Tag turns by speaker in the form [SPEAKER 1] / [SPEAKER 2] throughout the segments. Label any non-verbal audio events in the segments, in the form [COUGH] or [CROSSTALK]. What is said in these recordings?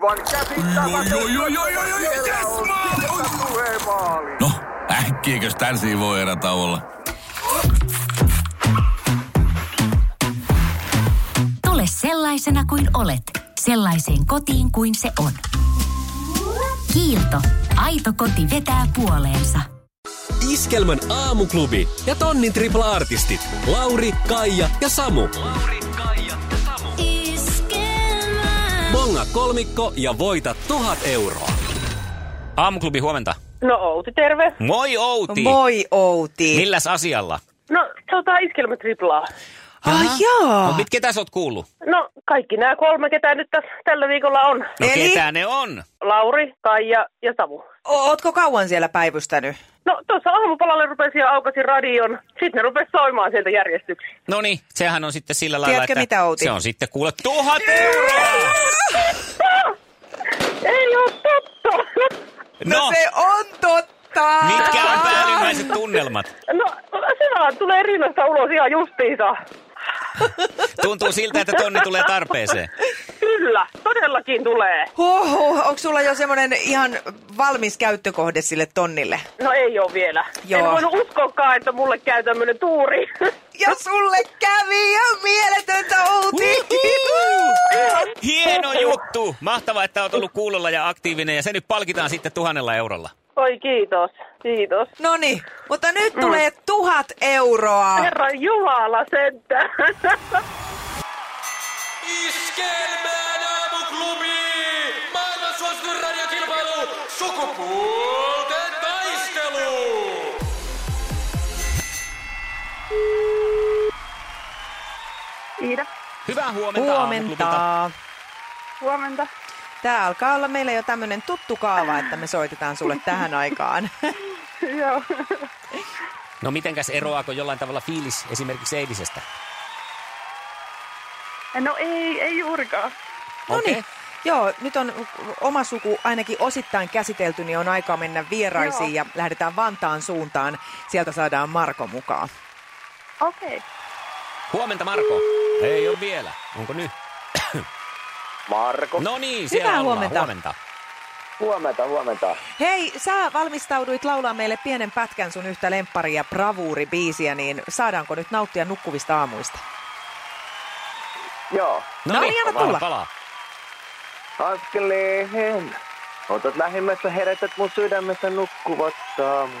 [SPEAKER 1] aivan käsittämätöntä.
[SPEAKER 2] Oi, oi, oi, oi, oi, oi,
[SPEAKER 1] Siellä
[SPEAKER 2] yes,
[SPEAKER 1] on
[SPEAKER 2] maali!
[SPEAKER 1] Silta
[SPEAKER 2] Oi.
[SPEAKER 1] tulee maaliin.
[SPEAKER 2] No, äkkiäkös tän voi erä olla?
[SPEAKER 3] Tule sellaisena kuin olet, sellaiseen kotiin kuin se on. Kiilto. Aito koti vetää puoleensa.
[SPEAKER 4] Iskelmän aamuklubi ja tonnin tripla artistit Lauri, Kaija ja Samu. Bonga kolmikko ja voita tuhat euroa.
[SPEAKER 5] Aamuklubi huomenta.
[SPEAKER 6] No Outi, terve.
[SPEAKER 5] Moi Outi.
[SPEAKER 7] Moi Outi.
[SPEAKER 5] Milläs asialla?
[SPEAKER 6] No, tota iskelmä triplaa.
[SPEAKER 7] Ai
[SPEAKER 5] No,
[SPEAKER 7] jaa.
[SPEAKER 5] mit, ketä sä oot kuullut?
[SPEAKER 6] No, kaikki nämä kolme, ketä nyt tässä, tällä viikolla on.
[SPEAKER 5] No
[SPEAKER 7] Eli?
[SPEAKER 5] ketä ne on?
[SPEAKER 6] Lauri, Kaija ja Samu.
[SPEAKER 7] O- Ootko kauan siellä päivystänyt?
[SPEAKER 6] No, tuossa aamupalalle rupesin ja aukasin radion. Sitten ne rupesi soimaan sieltä järjestyksiä.
[SPEAKER 5] No niin, sehän on sitten sillä lailla,
[SPEAKER 7] Tiedätkö
[SPEAKER 5] että
[SPEAKER 7] mitä, Outi?
[SPEAKER 5] se on sitten kuule tuhat euroa.
[SPEAKER 6] Ei ole totta!
[SPEAKER 7] No,
[SPEAKER 5] No,
[SPEAKER 7] se on totta. Ah.
[SPEAKER 5] mitkä on päällimmäiset tunnelmat?
[SPEAKER 6] No, se vaan tulee rinnasta ulos ihan justiinsa.
[SPEAKER 5] Tuntuu siltä, että tonni tulee tarpeeseen.
[SPEAKER 6] Kyllä, todellakin tulee.
[SPEAKER 7] Huhu, onko sulla jo semmoinen ihan valmis käyttökohde sille tonnille?
[SPEAKER 6] No ei ole vielä.
[SPEAKER 7] Joo.
[SPEAKER 6] En voinut uskoakaan, että mulle käy tämmönen tuuri. [LAUGHS]
[SPEAKER 7] Ja sulle kävi ihan mieletöntä Outi.
[SPEAKER 5] Hieno juttu! Mahtavaa, että oot ollut kuulolla ja aktiivinen ja se nyt palkitaan sitten tuhannella eurolla.
[SPEAKER 6] Oi kiitos, kiitos.
[SPEAKER 7] No niin, mutta nyt tulee tuhat euroa.
[SPEAKER 6] Mm. Herra Jumala sentään. [LAUGHS]
[SPEAKER 8] Iskelmään aamuklubi! Maailman suosituin radiokilpailu! Sukupuolten taistelu!
[SPEAKER 6] Iida,
[SPEAKER 5] Hyvää huomenta. aamuklubilta.
[SPEAKER 7] Huomenta.
[SPEAKER 6] huomenta.
[SPEAKER 7] Tää alkaa olla meillä jo tämmönen tuttu kaava, että me soitetaan sulle tähän aikaan.
[SPEAKER 6] Joo.
[SPEAKER 5] No mitenkäs eroaako jollain tavalla fiilis esimerkiksi eilisestä?
[SPEAKER 6] No ei, ei juurikaan.
[SPEAKER 7] No niin.
[SPEAKER 5] Okei.
[SPEAKER 7] Joo, nyt on oma suku ainakin osittain käsitelty, niin on aikaa mennä vieraisiin ja lähdetään Vantaan suuntaan. Sieltä saadaan Marko mukaan.
[SPEAKER 6] Okei.
[SPEAKER 5] Huomenta Marko. Ei ole vielä. Onko nyt?
[SPEAKER 8] Marko.
[SPEAKER 5] No niin, siellä
[SPEAKER 7] Hyvää
[SPEAKER 5] ollaan.
[SPEAKER 7] huomenta.
[SPEAKER 5] huomenta.
[SPEAKER 8] Huomenta, huomenta.
[SPEAKER 7] Hei, sä valmistauduit laulaa meille pienen pätkän sun yhtä lempparia ja bravuuribiisiä, niin saadaanko nyt nauttia nukkuvista aamuista?
[SPEAKER 8] Joo.
[SPEAKER 7] No
[SPEAKER 5] niin,
[SPEAKER 7] niin, anna
[SPEAKER 5] palaa,
[SPEAKER 7] tulla.
[SPEAKER 5] Palaa.
[SPEAKER 8] Askeleen. Otat lähimmässä herätät mun sydämessä nukkuvat saamut.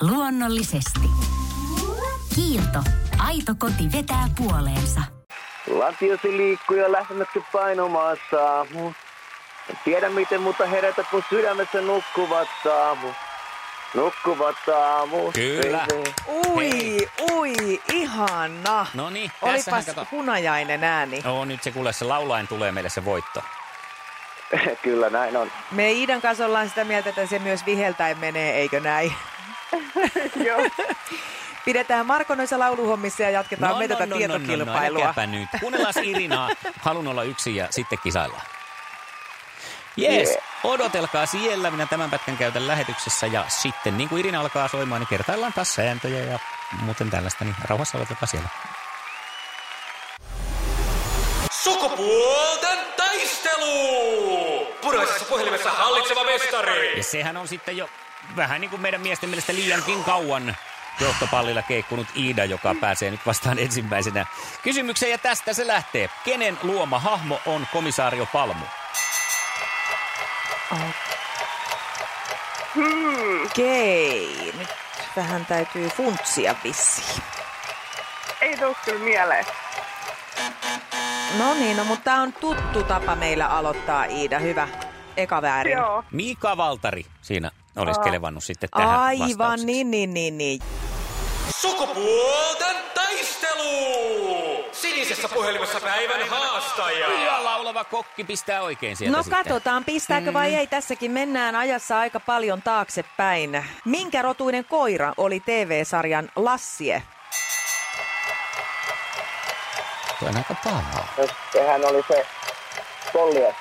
[SPEAKER 3] Luonnollisesti. Kiilto. Aito koti vetää puoleensa.
[SPEAKER 8] Lantiosi liikkuu ja lähdetkö painomaan saamut. En tiedä miten, mutta herätät mun sydämessä nukkuvat saamut. Nukkuvat saamut.
[SPEAKER 5] Kyllä.
[SPEAKER 8] baby.
[SPEAKER 7] Ui,
[SPEAKER 5] Hei.
[SPEAKER 7] ui, ihana.
[SPEAKER 5] No niin, tässähän
[SPEAKER 7] Olipas
[SPEAKER 5] kato.
[SPEAKER 7] hunajainen ääni.
[SPEAKER 5] No nyt se kuule, se laulain tulee meille se voitto.
[SPEAKER 8] [LAUGHS] Kyllä näin on.
[SPEAKER 7] Me Iidan kanssa ollaan sitä mieltä, että se myös viheltäen menee, eikö
[SPEAKER 5] [LAUGHS]
[SPEAKER 7] näin?
[SPEAKER 6] Joo.
[SPEAKER 7] Pidetään Marko noissa lauluhommissa ja jatketaan me tätä
[SPEAKER 5] No,
[SPEAKER 7] tietokilpailua.
[SPEAKER 5] no, äläkääpä nyt. Kuunnellaan Irinaa. Halun olla yksin ja sitten kisaillaan. Jees, yeah. odotelkaa siellä. Minä tämän pätkän käytän lähetyksessä ja sitten niin kuin Irina alkaa soimaan, niin kertaillaan taas sääntöjä ja muuten tällaista, niin rauhassa odotelkaa siellä.
[SPEAKER 8] Sukupuolten taistelu! Punaisessa puhelimessa hallitseva mestari!
[SPEAKER 5] Ja sehän on sitten jo vähän niin kuin meidän miesten mielestä liiankin kauan johtopallilla keikkunut Iida, joka pääsee nyt vastaan ensimmäisenä kysymykseen. Ja tästä se lähtee. Kenen luoma hahmo on komisaario Palmu?
[SPEAKER 7] Okei, nyt vähän täytyy funtsia vissiin.
[SPEAKER 6] Ei tuu kyllä mieleen.
[SPEAKER 7] No niin, no, mutta tämä on tuttu tapa meillä aloittaa, Iida. Hyvä. Eka väärin.
[SPEAKER 6] Joo.
[SPEAKER 5] Mika Valtari siinä olisi kelevannut sitten tähän
[SPEAKER 7] Ah, Aivan,
[SPEAKER 5] vastaukseksi.
[SPEAKER 7] niin, niin, niin, niin.
[SPEAKER 8] Sukupuolten taistelu!
[SPEAKER 9] Sinisessä puhelimessa päivän haastaja.
[SPEAKER 5] Ja laulava kokki pistää oikein sieltä
[SPEAKER 7] No
[SPEAKER 5] sitten.
[SPEAKER 7] katsotaan, pistääkö vai ei. Tässäkin mennään ajassa aika paljon taaksepäin. Minkä rotuinen koira oli TV-sarjan Lassie?
[SPEAKER 5] Tuo on aika paha.
[SPEAKER 8] Sehän oli se kollias.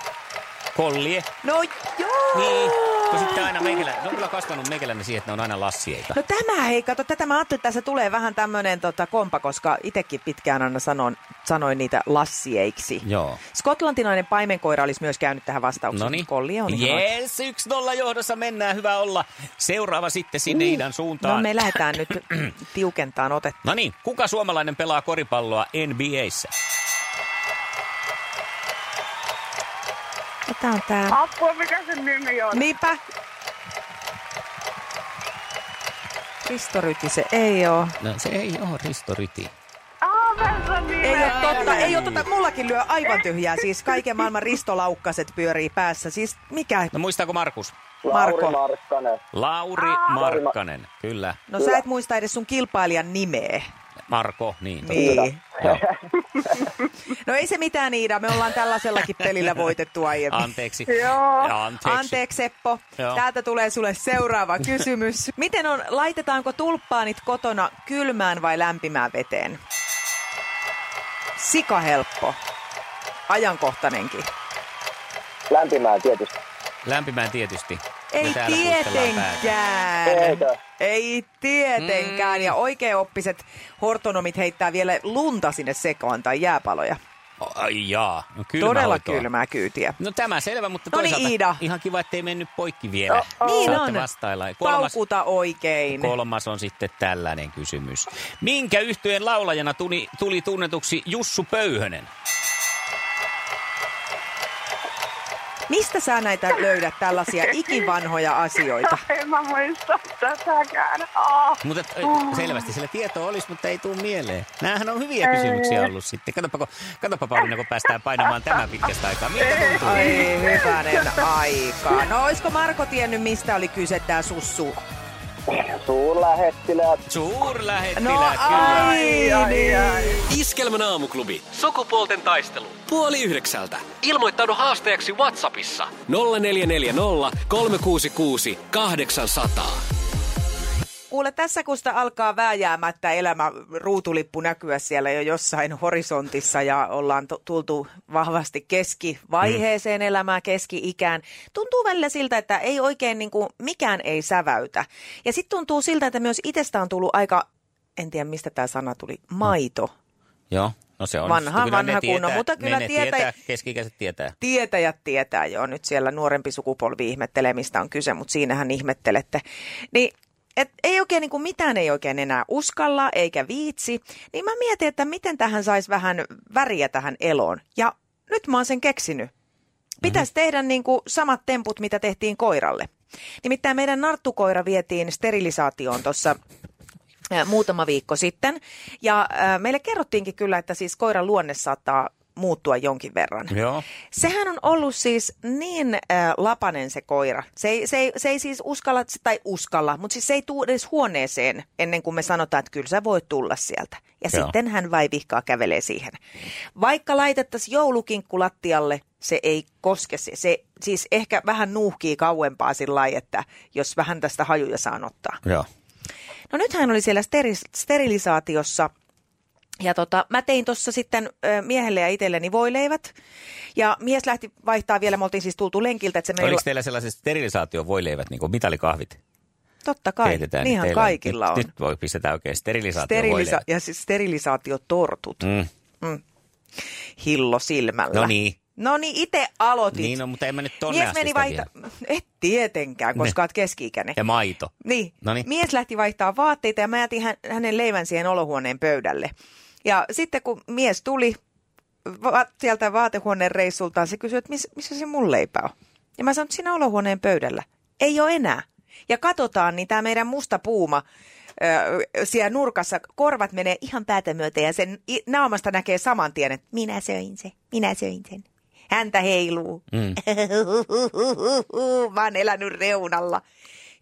[SPEAKER 5] Kollie.
[SPEAKER 7] No joo!
[SPEAKER 5] Niin. No sitten aina meikälä. Ne on kyllä kasvanut meikäläinen siihen, että ne on aina lassieita.
[SPEAKER 7] No tämä hei, kato, tätä mä ajattelin, että tässä tulee vähän tämmöinen tota, kompa, koska itsekin pitkään aina sanon, sanoin niitä lassieiksi.
[SPEAKER 5] Joo.
[SPEAKER 7] Skotlantinainen paimenkoira olisi myös käynyt tähän vastaukseen.
[SPEAKER 5] No niin.
[SPEAKER 7] Kolli on ihan oikein.
[SPEAKER 5] Jees, yksi nolla johdossa mennään. Hyvä olla. Seuraava sitten sinne idän suuntaan.
[SPEAKER 7] No me lähdetään nyt
[SPEAKER 5] [CLEARS THROAT]
[SPEAKER 7] tiukentaan otetta.
[SPEAKER 5] No niin, kuka suomalainen pelaa koripalloa NBAissä?
[SPEAKER 7] Tämä on tää.
[SPEAKER 1] Apua, mikä sen nimi on?
[SPEAKER 7] Niinpä. Risto Ryti se ei oo.
[SPEAKER 5] No se ei ole Risto Ryti.
[SPEAKER 1] Ah, mä sen nimen.
[SPEAKER 7] Ei ole totta, ei ole totta. Mullakin lyö aivan tyhjää. Siis kaiken maailman ristolaukkaset pyörii päässä. Siis mikä?
[SPEAKER 5] No muistaako Markus?
[SPEAKER 8] Lauri
[SPEAKER 7] Marko.
[SPEAKER 8] Markkanen.
[SPEAKER 7] Ah,
[SPEAKER 5] Lauri Markkanen. Kyllä.
[SPEAKER 7] No sä et muista edes sun kilpailijan nimeä.
[SPEAKER 5] Marko, niin.
[SPEAKER 7] Niin.
[SPEAKER 5] Joo.
[SPEAKER 7] [LAUGHS] No ei se mitään Iida, me ollaan tällaisellakin pelillä voitettu aiemmin.
[SPEAKER 5] Anteeksi.
[SPEAKER 1] Joo.
[SPEAKER 5] Anteeksi.
[SPEAKER 7] Anteeksi Seppo,
[SPEAKER 5] Joo.
[SPEAKER 7] täältä tulee sulle
[SPEAKER 5] [LAUGHS]
[SPEAKER 7] seuraava kysymys. Miten on, laitetaanko tulppaanit kotona kylmään vai lämpimään veteen? Sika helppo. Ajankohtainenkin.
[SPEAKER 8] Lämpimään tietysti.
[SPEAKER 5] Lämpimään tietysti. Me
[SPEAKER 7] Ei
[SPEAKER 5] täällä puistellaan päätä. Mm.
[SPEAKER 7] tietenkään.
[SPEAKER 8] Eikö?
[SPEAKER 7] Ei tietenkään. Ja oikeaoppiset hortonomit heittää vielä lunta sinne sekaan tai jääpaloja.
[SPEAKER 5] Ai jaa. No, kylmä
[SPEAKER 7] Todella
[SPEAKER 5] hoitoa.
[SPEAKER 7] kylmää kyytiä.
[SPEAKER 5] No tämä selvä, mutta
[SPEAKER 7] No niin,
[SPEAKER 5] toisaalta
[SPEAKER 7] Iida.
[SPEAKER 5] ihan kiva, ettei mennyt poikki vielä.
[SPEAKER 7] Niin
[SPEAKER 5] Saatte
[SPEAKER 7] on.
[SPEAKER 5] vastailla. Kolmas,
[SPEAKER 7] Paukuta oikein.
[SPEAKER 5] kolmas on sitten tällainen kysymys. Minkä yhtyeen laulajana tuli, tuli tunnetuksi Jussu Pöyhönen?
[SPEAKER 7] Mistä sä näitä löydät tällaisia ikivanhoja asioita?
[SPEAKER 1] En mä muista tätäkään. Ah.
[SPEAKER 5] Mutta et, selvästi sillä tietoa olisi, mutta ei tule mieleen. Nämähän on hyviä kysymyksiä ollut sitten. Katsoppa, kun- katsoppa Pauliina, kun päästään painamaan tämän pitkästä aikaa. Miltä tuntuu?
[SPEAKER 7] Ai hyvänen aika. No oisko Marko tiennyt, mistä oli kyse tää sussu?
[SPEAKER 8] Suurlähettiläät.
[SPEAKER 5] Suurlähettilä,
[SPEAKER 7] No
[SPEAKER 5] kyllä.
[SPEAKER 7] ai, niin.
[SPEAKER 4] Iskelmän aamuklubi. Sukupuolten taistelu. Puoli yhdeksältä. Ilmoittaudu haasteeksi Whatsappissa. 0440 366 800.
[SPEAKER 7] Kuule, tässä kun sitä alkaa vääjäämättä elämä, ruutulippu näkyä siellä jo jossain horisontissa ja ollaan tu- tultu vahvasti keskivaiheeseen elämää, keski-ikään. Tuntuu välillä siltä, että ei oikein niin kuin, mikään ei säväytä. Ja sitten tuntuu siltä, että myös itsestä on tullut aika, en tiedä mistä tämä sana tuli, maito.
[SPEAKER 5] Joo, no se on.
[SPEAKER 7] Vanha,
[SPEAKER 5] Sitten kyllä ne
[SPEAKER 7] vanha kunno,
[SPEAKER 5] tietää-
[SPEAKER 7] mutta kyllä
[SPEAKER 5] ne, ne
[SPEAKER 7] tietää-
[SPEAKER 5] tietää. Keski-ikäiset tietää.
[SPEAKER 7] Tietäjät tietää jo nyt siellä nuorempi sukupolvi ihmettelee, mistä on kyse, mutta siinähän ihmettelette. Niin, et ei oikein niin kuin mitään ei oikein enää uskalla eikä viitsi, niin mä mietin, että miten tähän saisi vähän väriä tähän eloon. Ja nyt mä oon sen keksinyt. Pitäisi mm-hmm. tehdä niin kuin samat temput, mitä tehtiin koiralle. Nimittäin meidän narttukoira vietiin sterilisaatioon tuossa äh, muutama viikko sitten. Ja äh, meille kerrottiinkin kyllä, että siis koiran luonne saattaa muuttua jonkin verran.
[SPEAKER 5] Joo.
[SPEAKER 7] Sehän on ollut siis niin äh, lapanen se koira. Se ei, se, ei, se ei siis uskalla, tai uskalla, mutta siis se ei tuu edes huoneeseen ennen kuin me sanotaan, että kyllä sä voit tulla sieltä. Ja
[SPEAKER 5] Joo.
[SPEAKER 7] sitten hän vai vihkaa kävelee siihen. Vaikka laitettaisiin joulukinkku lattialle, se ei koske. Se, se siis ehkä vähän nuuhkii kauempaa sillä lailla, että jos vähän tästä hajuja saa ottaa.
[SPEAKER 5] Joo.
[SPEAKER 7] No nyt hän oli siellä steri- sterilisaatiossa ja tota, mä tein tuossa sitten ö, miehelle ja itselleni voileivät. Ja mies lähti vaihtaa vielä, me oltiin siis tultu lenkiltä, että se meni...
[SPEAKER 5] Oliko teillä sellaiset sterilisaation voileivät, niin kuin mitalikahvit?
[SPEAKER 7] Totta kai,
[SPEAKER 5] Keitetään, niin
[SPEAKER 7] niinhän
[SPEAKER 5] teillä-
[SPEAKER 7] kaikilla
[SPEAKER 5] nyt,
[SPEAKER 7] on.
[SPEAKER 5] Nyt voi pistetään oikein sterilisaatio
[SPEAKER 7] Sterilisa- ja siis sterilisaatiotortut.
[SPEAKER 5] Mm.
[SPEAKER 7] Hillo silmällä.
[SPEAKER 5] No niin.
[SPEAKER 7] No niin, itse aloitit.
[SPEAKER 5] Niin on, mutta en mä nyt tonne
[SPEAKER 7] Mies
[SPEAKER 5] asti
[SPEAKER 7] meni
[SPEAKER 5] sitä
[SPEAKER 7] vaihtaa... Et tietenkään, koska oot keski-ikäinen.
[SPEAKER 5] Ja maito.
[SPEAKER 7] Niin.
[SPEAKER 5] Noniin.
[SPEAKER 7] Mies lähti vaihtaa vaatteita ja mä jätin hän, hänen leivän siihen olohuoneen pöydälle. Ja sitten kun mies tuli va- sieltä vaatehuoneen reissultaan, se kysyi, että miss, missä se mun leipä on. Ja mä sanoin, että siinä olohuoneen pöydällä. Ei ole enää. Ja katsotaan, niin tämä meidän musta puuma ö, siellä nurkassa, korvat menee ihan päätä myöten ja sen i- naamasta näkee saman tien, että minä söin sen, minä söin sen. [LAUGHS] Häntä heiluu. Mm. mä oon elänyt reunalla.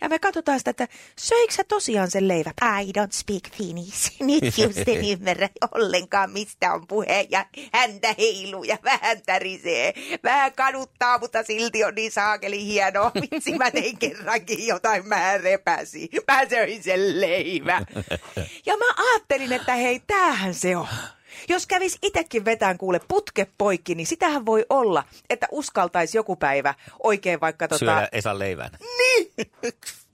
[SPEAKER 7] Ja me katsotaan sitä, että söikö sä tosiaan sen leivän? I don't speak Finnish. [LAUGHS] Nyt just niin, en ymmärrä ollenkaan, mistä on puhe. Ja häntä heiluu ja vähän tärisee. Vähän kaduttaa, mutta silti on niin saakeli hienoa. Vitsi, mä tein kerrankin jotain, mä repäsin. Mä söin sen leivän. Ja mä ajattelin, että hei, tämähän se on. Jos kävis itsekin vetään kuule putke poikki, niin sitähän voi olla, että uskaltaisi joku päivä oikein vaikka tota...
[SPEAKER 5] Syödä Esan leivän.
[SPEAKER 7] Niin!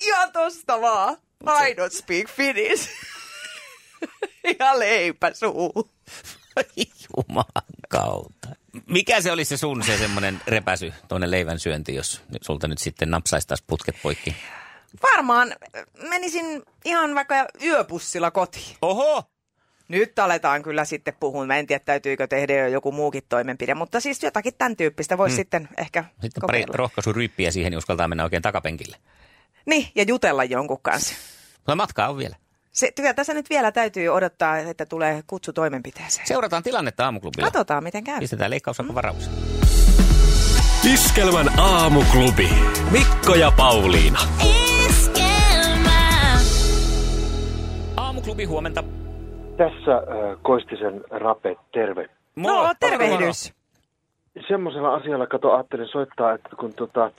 [SPEAKER 7] Ihan tosta vaan. I don't speak Finnish. [LAUGHS] ja leipä suu.
[SPEAKER 5] Jumalan kautta. Mikä se oli se sun se semmoinen repäsy tuonne leivän syönti, jos sulta nyt sitten napsaisi taas putket poikki?
[SPEAKER 7] Varmaan menisin ihan vaikka yöpussilla kotiin.
[SPEAKER 5] Oho!
[SPEAKER 7] Nyt aletaan kyllä sitten puhua. Mä en tiedä, täytyykö tehdä jo joku muukin toimenpide, mutta siis jotakin tämän tyyppistä voisi sitten ehkä
[SPEAKER 5] Hmm. Sitten pari
[SPEAKER 7] kokeilla.
[SPEAKER 5] rohkaisuryyppiä siihen, niin uskaltaa mennä oikein takapenkille.
[SPEAKER 7] Niin, ja jutella jonkun kanssa.
[SPEAKER 5] Mutta matkaa on vielä.
[SPEAKER 7] Se, kyllä tässä nyt vielä täytyy odottaa, että tulee kutsu toimenpiteeseen.
[SPEAKER 5] Seurataan tilannetta aamuklubilla.
[SPEAKER 7] Katsotaan, miten käy.
[SPEAKER 5] Pistetään leikkausako varaukseen.
[SPEAKER 4] Iskelmän aamuklubi. Mikko ja Pauliina.
[SPEAKER 3] Iskelmää.
[SPEAKER 5] Aamuklubi huomenta.
[SPEAKER 7] No,
[SPEAKER 10] Tässä äh, Koistisen rape, terve.
[SPEAKER 7] No, tervehdys.
[SPEAKER 10] Semmoisella asialla, kato, ajattelin soittaa, että kun tota, äh,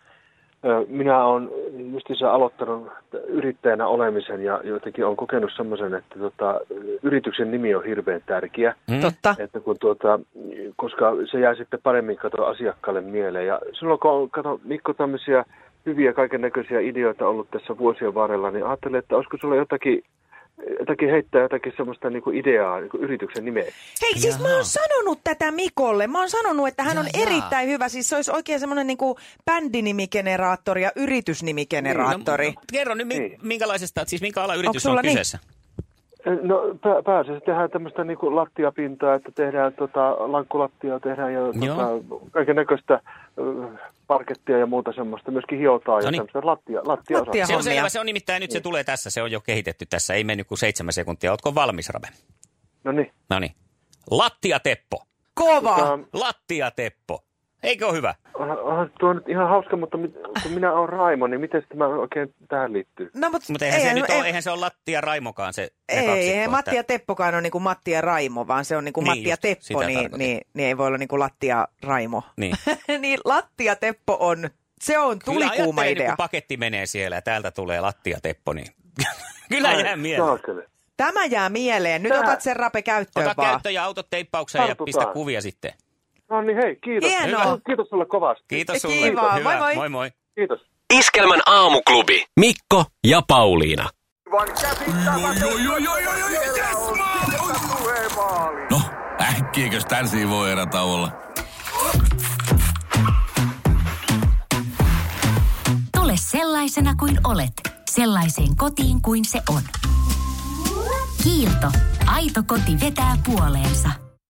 [SPEAKER 10] minä olen justiinsa aloittanut yrittäjänä olemisen ja jotenkin olen kokenut semmoisen, että tota, yrityksen nimi on hirveän tärkeä.
[SPEAKER 5] Mm.
[SPEAKER 7] Totta.
[SPEAKER 10] Että kun tuota, koska se jää sitten paremmin kato asiakkaalle mieleen. Ja silloin kun on, kato, Mikko, tämmöisiä hyviä kaiken näköisiä ideoita ollut tässä vuosien varrella, niin ajattelin, että olisiko sulla jotakin, jotakin heittää jotakin semmoista niin kuin ideaa niin kuin yrityksen nimeen.
[SPEAKER 7] Hei, siis mä oon sanonut tätä Mikolle. Mä oon sanonut, että hän on
[SPEAKER 5] Jaa, jaa.
[SPEAKER 7] erittäin hyvä. Siis se olisi oikein semmoinen niinku bändinimigeneraattori ja yritysnimigeneraattori.
[SPEAKER 5] No, kerro nyt, mi-
[SPEAKER 10] Niin.
[SPEAKER 5] minkälaisesta, siis minkä ala
[SPEAKER 7] Onko
[SPEAKER 5] yritys
[SPEAKER 7] sulla
[SPEAKER 5] on
[SPEAKER 7] niin?
[SPEAKER 5] kyseessä?
[SPEAKER 10] No pä- pääasiassa tehdään tämmöistä niin kuin lattiapintaa, että tehdään tota, lankkulattia, tehdään ja
[SPEAKER 5] Joo.
[SPEAKER 10] tota, kaiken näköistä parkettia ja muuta semmoista, myöskin hiotaan
[SPEAKER 5] Noniin.
[SPEAKER 10] ja tämmöistä lattia, lattia
[SPEAKER 7] Lattia.
[SPEAKER 5] Se on
[SPEAKER 7] Hommia. Niin.
[SPEAKER 5] selvä, se on nimittäin nyt se tulee tässä, se on jo kehitetty tässä, ei mennyt kuin seitsemän sekuntia. Ootko valmis, Rabe?
[SPEAKER 10] No niin.
[SPEAKER 5] No niin. Lattiateppo.
[SPEAKER 7] Kova!
[SPEAKER 10] Tota,
[SPEAKER 5] Lattiateppo. Eikö ole hyvä?
[SPEAKER 10] Onhan, onhan tuo nyt ihan hauska, mutta mit, kun minä olen Raimo, niin miten tämä oikein tähän liittyy?
[SPEAKER 7] No, mutta
[SPEAKER 5] Mutta eihän, se nyt ole, eihän se ole Lattia Raimokaan se ne
[SPEAKER 7] Ei,
[SPEAKER 5] kaksikko,
[SPEAKER 7] eihän Matti ja Teppokaan ole niin kuin Matti ja Raimo, vaan se on niin kuin
[SPEAKER 5] Niin
[SPEAKER 7] Matti ja
[SPEAKER 5] just, sitä
[SPEAKER 7] Teppo, niin,
[SPEAKER 5] tarkoitin.
[SPEAKER 7] niin, niin ei voi olla niin kuin Lattia Raimo. [LAUGHS]
[SPEAKER 5] Niin.
[SPEAKER 7] niin Lattia Teppo on, se on
[SPEAKER 5] Kyllä
[SPEAKER 7] tulikuuma
[SPEAKER 5] ajattelin, niin
[SPEAKER 7] idea.
[SPEAKER 5] kun paketti menee siellä ja täältä tulee Lattiateppo, niin [LAUGHS] kyllä jää mieleen.
[SPEAKER 10] Saakeli.
[SPEAKER 7] Tämä jää mieleen. Nyt
[SPEAKER 10] Tää-
[SPEAKER 7] otat sen rape käyttöön
[SPEAKER 5] Ota
[SPEAKER 7] vaan.
[SPEAKER 5] käyttö ja autot teippaukseen ja
[SPEAKER 10] Tartutaan.
[SPEAKER 5] pistä kuvia sitten.
[SPEAKER 10] No niin, hei, kiitos.
[SPEAKER 7] Hienoa.
[SPEAKER 10] Hyvä. Kiitos sulle kovasti.
[SPEAKER 5] Kiitos
[SPEAKER 7] Kiva.
[SPEAKER 5] sulle.
[SPEAKER 7] Moi
[SPEAKER 5] Hyvä.
[SPEAKER 7] moi.
[SPEAKER 5] moi moi.
[SPEAKER 10] Kiitos.
[SPEAKER 4] Iskelmän aamuklubi. Mikko ja Pauliina.
[SPEAKER 2] No, äkkiäkös tän siinä voi erata olla?
[SPEAKER 3] Tule sellaisena kuin olet, sellaiseen kotiin kuin se on. Kiilto. Aito koti vetää puoleensa.